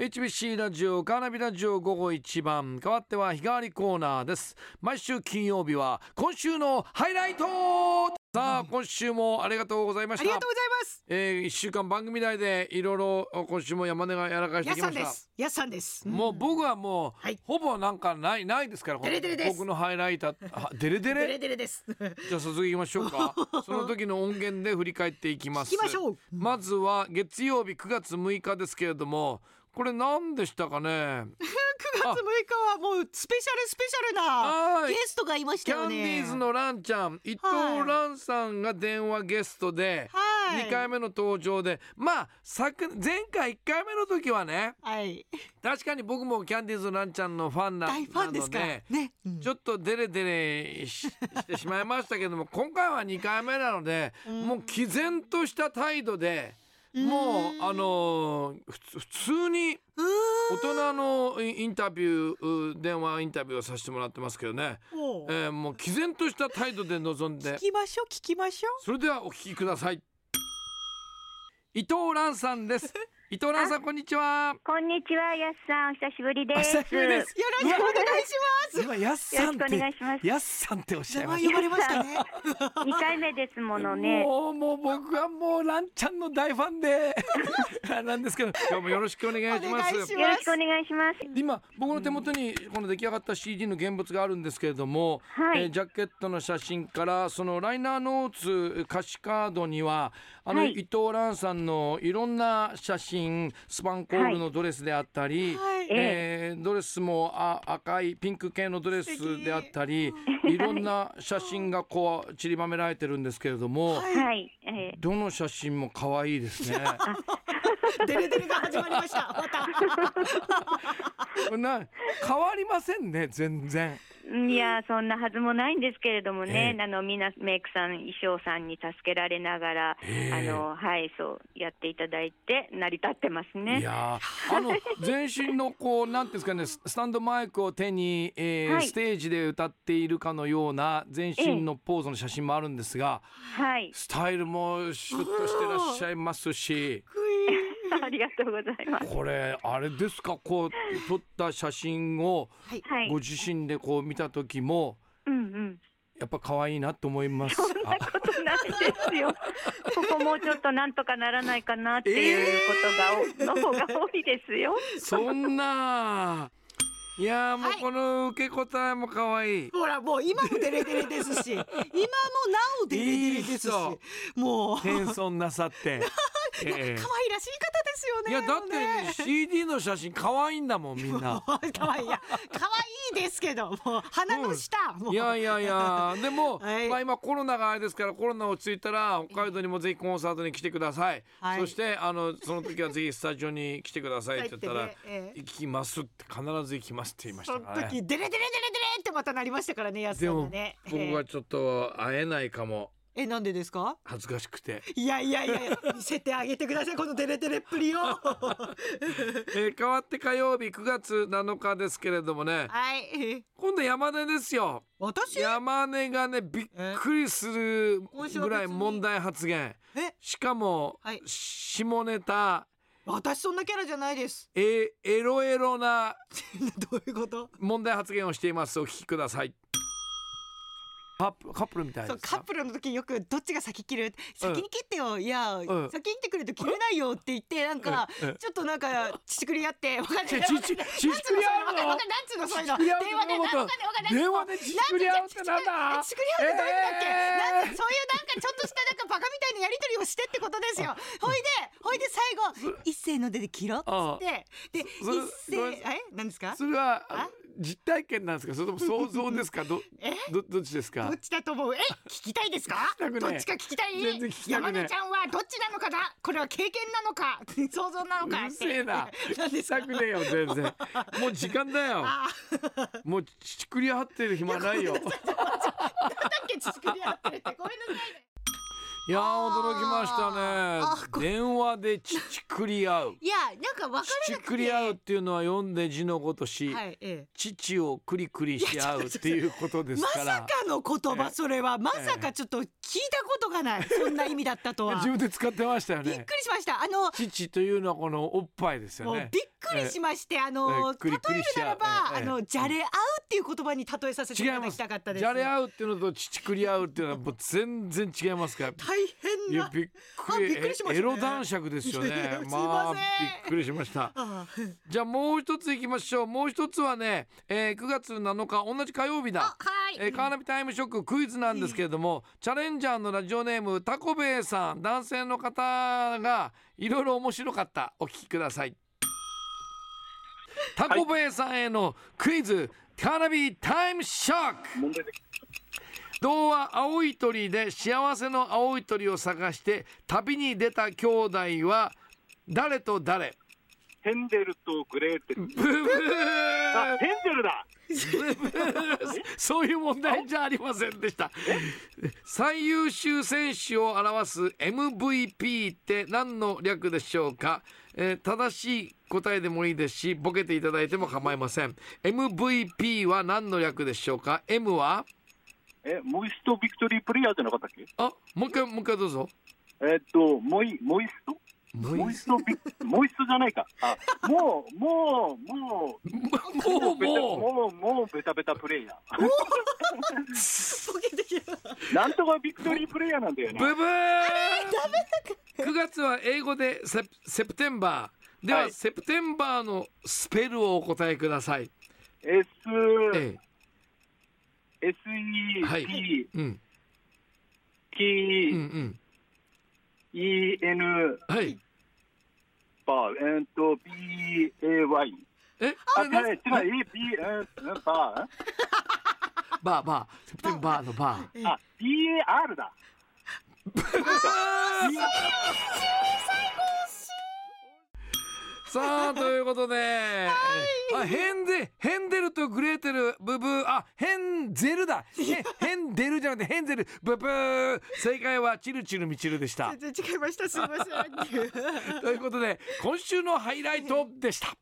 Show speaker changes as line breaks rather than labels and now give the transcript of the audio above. HBC ラジオカーナビラジオ午後一番変わっては日替わりコーナーです毎週金曜日は今週のハイライトさあ今週もありがとうございま
あ
し
り
た
がとうございます。
えー、1週間番組内でいろいろ今週も山根がやらかして
やっ
き
さ
ま
ん
し
で
た
す。やっさんです。
もう僕はもう、
はい
ほぼなんかないないですから
デレデレです
僕のハイライターあデレデ
デ
レ
レデレです。
じゃあ早速いきましょう かその時の音源で振り返っていきま
聞
す
きましょう。
まずは月曜日9月6日ですけれどもこれ何でしたか ね
9月6日はもうスペシャルスペシャルな
は
ゲ
い
ストがいました
キャ
よ
ン
ね。
ディーズのランちゃん伊藤
はい
蘭さんが電話ゲストで
はい
2回目の登場でまあ昨前回1回目の時はね
はい
確かに僕もキャンディーズのランちゃんのファンな
大ファンですから
なので
ね。うん
ちょっとデレデレししてしまいましたけども今回は2回目なので、
うん
もう毅然とした態度で、
うん
もうあのーふつ普通に
うーん
大人のインインタビューう電話インタビューをさせてもらってますけどね、
もう
えーもう毅然とした態度で臨んで
聞きましょう聞きましょ
それではお聞きください伊藤蘭さんです 伊藤蘭さんこんにちは
こんにちは、やっさん、お久しぶりです。
お久しぶりです
う。よろしくお願いし
今やっ
よろしくお願いします。
やっさんっておっ
ます。名前呼ばれましたね。
二回目ですものね。
もうもう僕はもうランちゃんの大ファン でなんですけど今日もよろしくお願いします
お願いし
よ
ま
ろ
す
しくお願いします。
今僕の手元にこの出来上がった CD の現物があるんですけれども、
はい
えージャケットの写真からそのライナーノーツ歌詞カードにはあの、
はい
伊藤蘭さんのいろんな写真スパンコールのドレスであったり、
はい
えードレスもあ赤いピンク系のドレスであったりいろんな写真がこう散りばめられてるんですけれども。
はい
はい、え
どの写真も可愛いです ね。
デレデレが始まりました。また。
これな変わりませんね全然。
ーいや、そんなはずもないんですけれどもね
え。え
あの、みな、メイクさん、衣装さんに助けられながら、
ええ
あの、はい、そう、やっていただいて、成り立ってま
い
すね。
やーあの全身のこう なんていうんですかねススタンドマイクを手に、えー
はい
ステージで歌っているかのような全身のポーズの写真もあるんですが、
はい、
スタイルもシュッとしてらっしゃいますし。
ありがとうございます。
これあれですかこう撮った写真を
はい。
はい
ご、自身でこう見た時も
うん、うん。
やっぱ可愛いなと思います
そんなことないで すよ。ここもうちょっとなんとかならないかなっていうことが、の方が多いですよ。
そんな。いやーもう
はい
この受け答えも可 愛い。
ほらもう今もデレデレです し、今もなおデレデレですし
いい人、
もう可愛
謙遜なさ って。ええ
いらしい方ですよね。
いやだ って CD の写真可愛いんだもんみんな。
もうね。可愛いいや可愛いですけど、もう鼻の下、もう
いやいやいやでも、
はい
まあ今コロナがあれですからコロナ落ち着いたら北海道にもぜひコンサートに来てください、
はい
そしてあのその時はぜひスタジオに来てくださいって言ったら「
帰ってねええ
行きます」って必ず行きますって言いまし
そ
た
の
からね
時デレデレデレデレってまたなりましたからね、やす
で
さんが
も
ね。
僕はちょっと会えないかも
え、なんでですか？
恥ずかしく て。
いやいやいやいや、見せてあげてくださいこのデレデレっぷりを。 は
えー、変わって火曜日9月7日ですけれどもね
い。
今度山根ですよ
私
山根がねびっくりする
今週は
ぐ
別に
らい問題発言
え、
しかも、
はい
下ネタ
私そんなキャラじゃないです。
えエロエロな
どういうこと？
問題発言をしていますお聞きくださいカップカップルみたい
そう
です
カッ
か
プルの時よくどっちが先切る先に切ってよ、いや、
ん
先に切ってくれと切れないよって言ってなんか、
うんうん
ちょっとなんか乳くりやってわかんない
ち
なん
ち
つう
ち
の
ちちくり
わかんない
合うの
わかんないなんつうのそういう
ちち
の
くり合う
電話でな
って
んか
こ
わ
と
かんない
電
わかん
話
ない
でちちくり合うってなんだ
ちちくり合うってどういう意味だっけ、なんかそういうなんかちょっとしたなんかバカみたいなやり取りをしてってことですよほいでほいで最後一斉の出で切ろうっつってで
そそ
一
ごめん
斉え何ですか
それは
あ
実体験なんですかそれとも想像ですかど
え
どどっちです
ど
か
っちだと思うえ聞きたいですか
聞きたく
ど
ない
っちか聞きたい
全然聞きたくな
山
い
根ちゃんはどっちなのかなこれは経験なのか想像なの か
うるせえな
何ですか
したくねえよ全然もう時間だよ
あ
もうちちくり張ってる暇ないよ
なんだっけちくり合ってるってごめんなさいね
いやー驚きま
あ
した
こ
ね電話でちちくり合う
いやなんか分か
ち
れ
ち
なくて
くり合うっていうのは読んで字のごとし、
はいえ
父をくりくりし合うっていうこと
え
です
ま
から
さかの言葉それはまさかちょっと聞いたことがないそんな意味だったとは
自分で使ってましたよ
びっ
ね
くりしましたあの
父というのはこのおっぱいですよ
もうびっ
ね
くりしまして、あの
ええくりくり
例える
しち
な
ゃ
ら
う
ば、
ええ
あのじゃれ合うっていう言葉に例えさせてい
違い
ただ
ま
き
す
たかったです
じゃれ合うっていうのとちちくり合うっていうのはもう全然違います から
大
い
変
や
な
びっくり
あびっくりしましたね
エロ男爵ですよ
いやい
ね
やすいません
まあびっくりしました
ああ
じゃあもう一ついきましょうもう一つはね、えー9月7日同じ火曜日だ
あはい、
えー、カーナビタイムショッククイズなんですけれども、チャレンジャーのラジオネームタコベイさん男性の方がいろいろ面白かったお聞きくださいタコベイさんへのクイズカーナビタイムショック
問題で
童話「青い鳥」で幸せの青い鳥を探して旅に出た兄弟は誰と誰
ヘンデルとグレーテル。
ブーブ
あ、
ー
ヘンデルだ。
そういう問題じゃありませんでした。最優秀選手を表す MVP って何の略でしょうか、えー正しい答えでもいいですし、ボケていただいても構いません。MVP は何の略でしょうか ?M は
え、モイストビクトリープレイヤーじゃなかったっけ？
あ、もう一回、もう一回どうぞ。
えーっと、モイモイスト。モイストビクモイストじゃないか。あ、もうもうもう
もう、
ベタ
も
もうもうベタベタプレイヤー。
ボケてきた
なんとかビクトリープレイヤーなんだよ
う、
ね。
ブブー !9 月は英語でセプセプテンバー。では、
はい
セプテンバーのスペルをお答えください。
S
え
S
は
E
い
P
え、うん、うん、う
T
ん。
E N
はい。
バーえーっと B A Y。
え、
あ、
あ
違
れ
う
な
違う A B N バ
バーバー、セプテンバーの バー。
ー。あ、B A R だ。
さあ、ということで、あ、ヘンデ、ヘンデルとグレーテル、ブブー、あ、ヘンゼル だ。へヘンデルじゃなくてヘンゼル、ブブー。正解はチルチルミチルでした。
全然違いましたすいません
ということで、今週のハイライトでした。